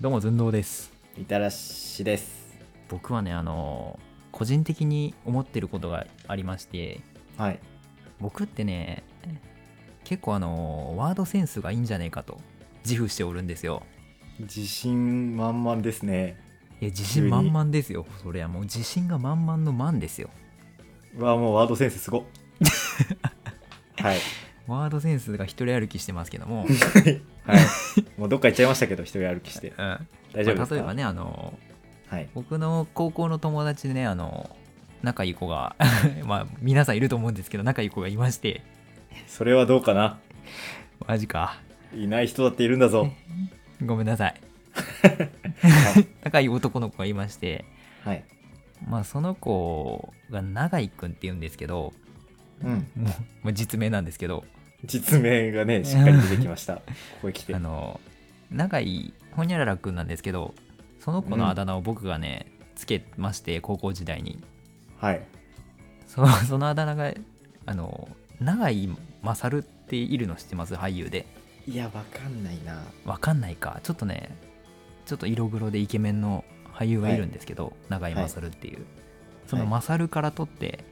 どうも寸胴ですみたらしです僕はねあの個人的に思ってることがありましてはい僕ってね結構あのワードセンスがいいんじゃねえかと自負しておるんですよ自信満々ですねいや自信満々ですよそりゃもう自信が満々の満ですようわもうワードセンス すごっはいワードセンスが一人歩きしてますけど も、はいもうどっか行っちゃいましたけど一人歩きしてうん大丈夫ですか、まあ例えばねあのはい僕の高校の友達でねあの仲いい子が まあ皆さんいると思うんですけど仲いい子がいましてそれはどうかなマジかいない人だっているんだぞごめんなさい 仲いい男の子がいましてはいまあその子が永井くんって言うんですけどうんもうもう実名なんですけど実名がねしっかり出てきましたここへ来 てあの永井ほにゃららくんなんですけどその子のあだ名を僕がね、つけまして高校時代にはいそ そのあだ名があの永井勝っているの知ってます俳優でいやわかんないなわかんないかちょっとねちょっと色黒でイケメンの俳優がいるんですけど、永井勝っていう、そのはい勝から取って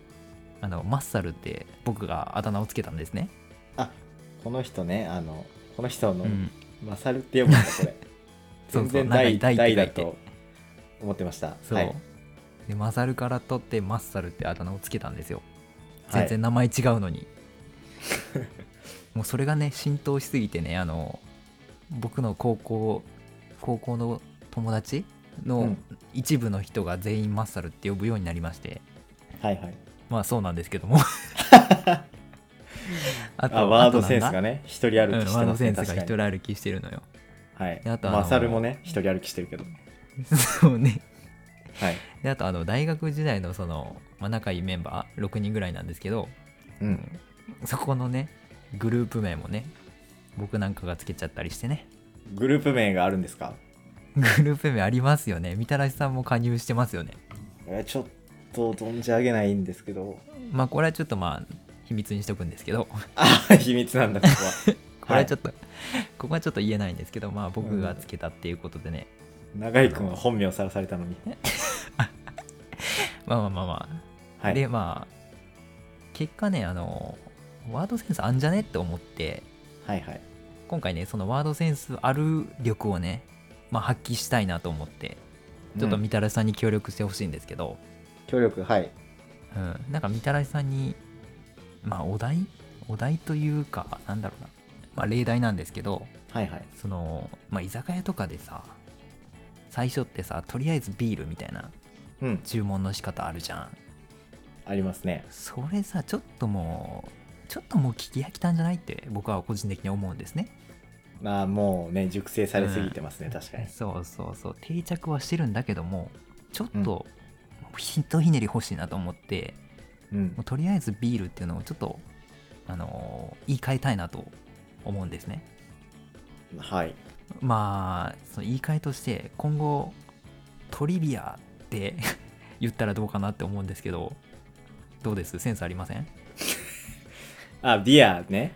あのマッサルって僕があだ名をつけたんですね、あこの人ねあのこの人の、うんマサルって読むんだこれ そうそう全然長大い大大って書いてだと思ってましたそう、はいで勝から取ってマッサルってあだ名をつけたんですよはい全然名前違うのに、 もうそれがね浸透しすぎてねあの僕の高校高校の友達うのん一部の人が全員マッサルって呼ぶようになりまして、はいはいまあそうなんですけども ああワードあとなんだセンスがね一人歩うんきしワーてドますセねンスが確一か人に歩きしてるのよ はいであとあのマサルもね一人歩きしてるけどそうねはいであとあの大学時代のその、まあ、仲いいメンバー6人ぐらいなんですけどうんそこのねグループ名もね僕なんかがつけちゃったりして ねグループ名があるんですかグループ名ありますよねみたらしさんも加入してますよねえちょっと存じ上げないんですけど まあこれはちょっとまあ秘密にしとくんですけどあ秘密なんだこ こはこれはちょっと、ここはちょっと言えないんですけどまあ僕がつけたっていうことでね、長井君は本名をさらされたのにまあまあまあまあはいでまあ結果ねあのワードセンスあんじゃねって思ってはいはい今回ねそのワードセンスある力をね、まあ、発揮したいなと思ってちょっとうんみたらしさんに協力してほしいんですけど、協力はいうんなんかみたらしさんにまあお題お題というかなんだろうな、まあ、例題なんですけどはいはいその、まあ、居酒屋とかでさ最初ってさとりあえずビールみたいなうん注文の仕方あるじゃんありますねそれさちょっともうちょっともう聞き飽きたんじゃないって僕は個人的に思うんですねまあもうね熟成されすぎてますね確かにそうそうそう定着はしてるんだけどもちょっとひとひねり欲しいなと思って、うんもうとりあえずビールっていうのをちょっとあのー言い換えたいなと思うんですねはいまあその言い換えとして今後トリビアって 言ったらどうかなって思うんですけどどうですセンスありません あビアね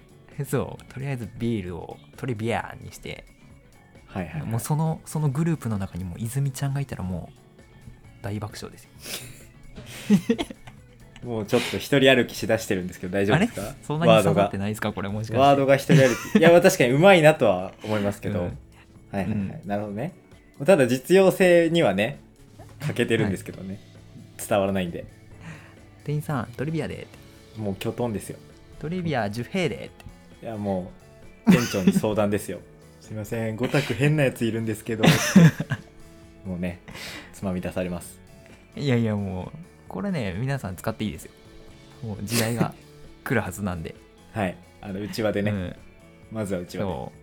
そうとりあえずビールをトリビアにしてはいはい、はい、もうそのそのグループの中にもう泉ちゃんがいたらもう大爆笑ですよもうちょっと一人歩きしだしてるんですけど大丈あ夫でれ すかそんなにワー下ドががってないですかこれもしかしてワードが一人歩きいやまあ確かにうまいなとは思いますけど、うんはいはいはい、うんなるほどねただ実用性にはね欠けてるんですけどね、伝わらないんで店員さんトリビアでってもうきょとんですよトリビア10兵でっていやもう店長に相談ですよ すいません5択変なやついるんですけど もうねつまみ出されますいやいやもうこれね皆さん使っていいですよもう時代が来るはずなんではいあのうちわ でね、うん、まずはうちわでそう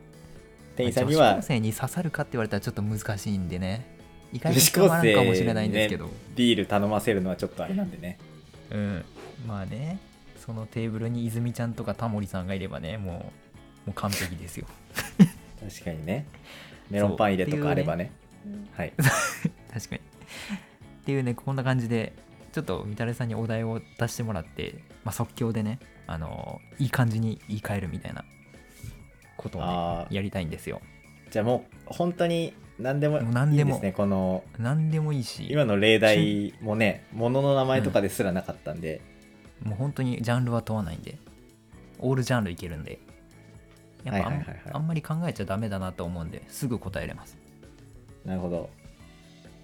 店員さんに女子高は生に刺さるかって言われたらちょっと難しいんでね意外女と子伝高わらん生かもしれないんですけど、ねビール頼ませるのはちょっとあれなんでねうんまあねそのテーブルに泉ちゃんとかタモリさんがいればねもうもう完璧ですよ確かにねメロンパン入れとかあればねはい確かにっていうねこんな感じでちょっとみたれさんにお題を出してもらって、まあ、即興でねあのいい感じに言い換えるみたいなことをねあーやりたいんですよじゃあもう本当に何でもいいもう何でもですねこの何でもいいし今の例題もね物の名前とかですらなかったんで、もう本当にジャンルは問わないんでオールジャンルいけるんでやっぱあん,、はいはいはいはいあんまり考えちゃダメだなと思うんですぐ答えれますなるほど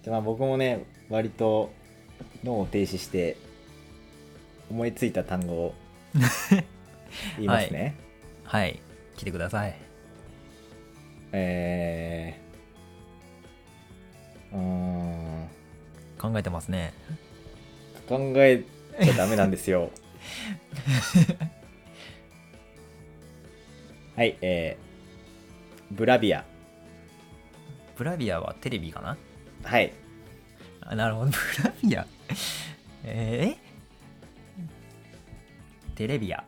で、まあ、僕もね割と脳を停止して思いついた単語 を言いますね、はい来てくださいえーうーん考えてますね考えちゃダメなんで すよはいえー、ブラビアブラビアはテレビかなはいあなるほど ブラビアえー、テレビア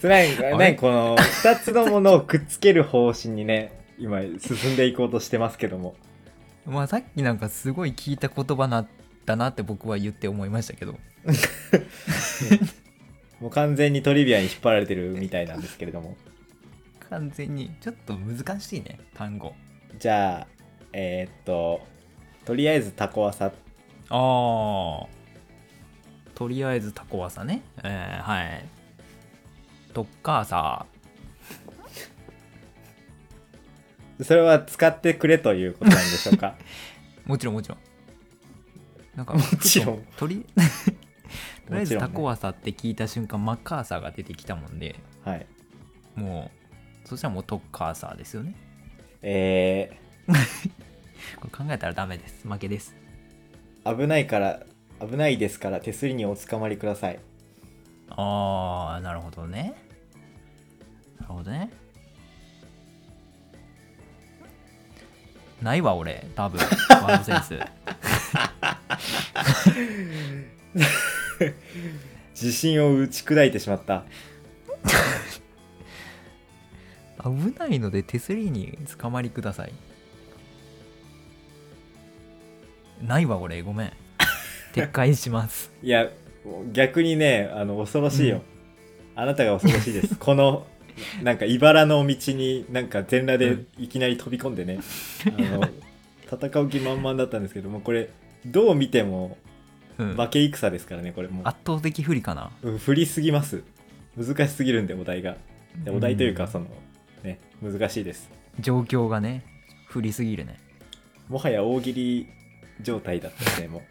それあれ何何この2つのものをくっつける方針にね今進んでいこうとしてますけどもまあさっきなんかすごい聞いた言葉なだなって僕は言って思いましたけどもう完全にトリビアに引っ張られてるみたいなんですけれども完全にちょっと難しいね単語じゃあえーっととりあえずタコワサああとりあえずタコワサねえー、はいとっかーさそれは使ってくれということなんでしょ うかもちろんもちろんなん かちろんふととり とりあえずタコワサって聞いた瞬間マッカーサーが出てきたもんではいもうそしたらもうトッカーサーですよねえこれ考えたらダメです負けですー、危ないから危ないですから手すりにおつかまりくださいああなるほどねなるほどねないわ俺多分ワードセンス自信を打ち砕いてしまった 危ないので手すりにつかまりくださいないわ俺ごめ ん撤回しますいや逆にねあの恐ろしいよ、うんあなたが恐ろしいです このなんか茨の道になんか全裸でいきなり飛び込ん でね、あの戦う気満々だったんですけどもこれどう見てもうん負け戦ですからねこれもう圧倒的不利かなうん振りすぎます難しすぎるんでお題がでお題というかんその、ね難しいです状況がね不利すぎるねもはや大喜利状態だったですねも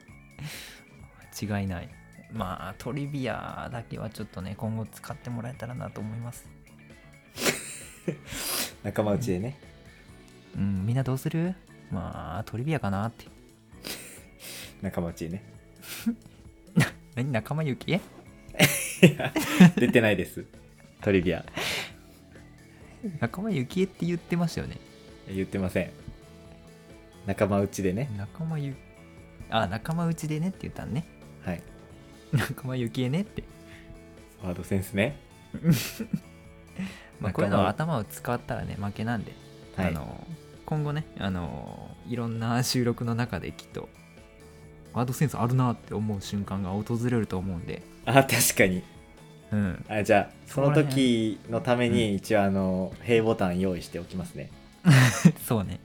う違いないまあトリビアだけはちょっとね今後使ってもらえたらなと思います仲間内でねうんみんなどうするまあトリビアかなって仲間内でね何仲間由紀え出てな いですトリビア仲間由紀えって言ってましたよね言ってません仲間内でね仲間ゆあ仲間内でねって言ったんねはい仲間由紀えねってワードセンスねまあ、こういうのは頭を使ったらね負けなんで、はいあの今後ねあのいろんな収録の中できっとワードセンスあるなって思う瞬間が訪れると思うんで、あ確かにうん、あじゃあそのそうだね時のために一応あの「平ボタン用意しておきますね、そうね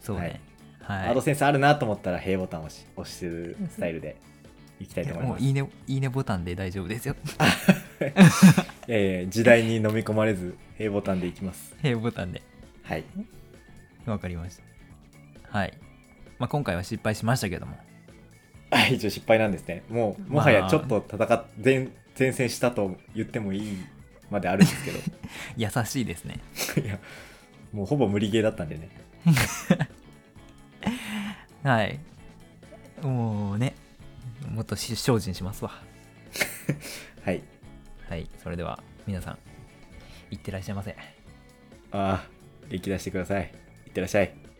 そうねはい、ワードセンスあるなと思ったら「平ボタンを押し押してるスタイルでいきたいと思いもまうすいいねいいねボタンで大丈夫ですよ いやいや時代に飲み込まれず「平ボタンでいきますいいねボタンではいわかりましたはい、まあ、今回は失敗しましたけどもあ一応失敗なんですねもうもはやちょっと戦っ前前線したと言ってもいいまであるんですけど優しいですねいやもうほぼ無理ゲーだったんでねはいもうねもっとし精進しますわはいはい、それでは皆さん、いってらっしゃいませ。ああ、元気出してください。いってらっしゃい。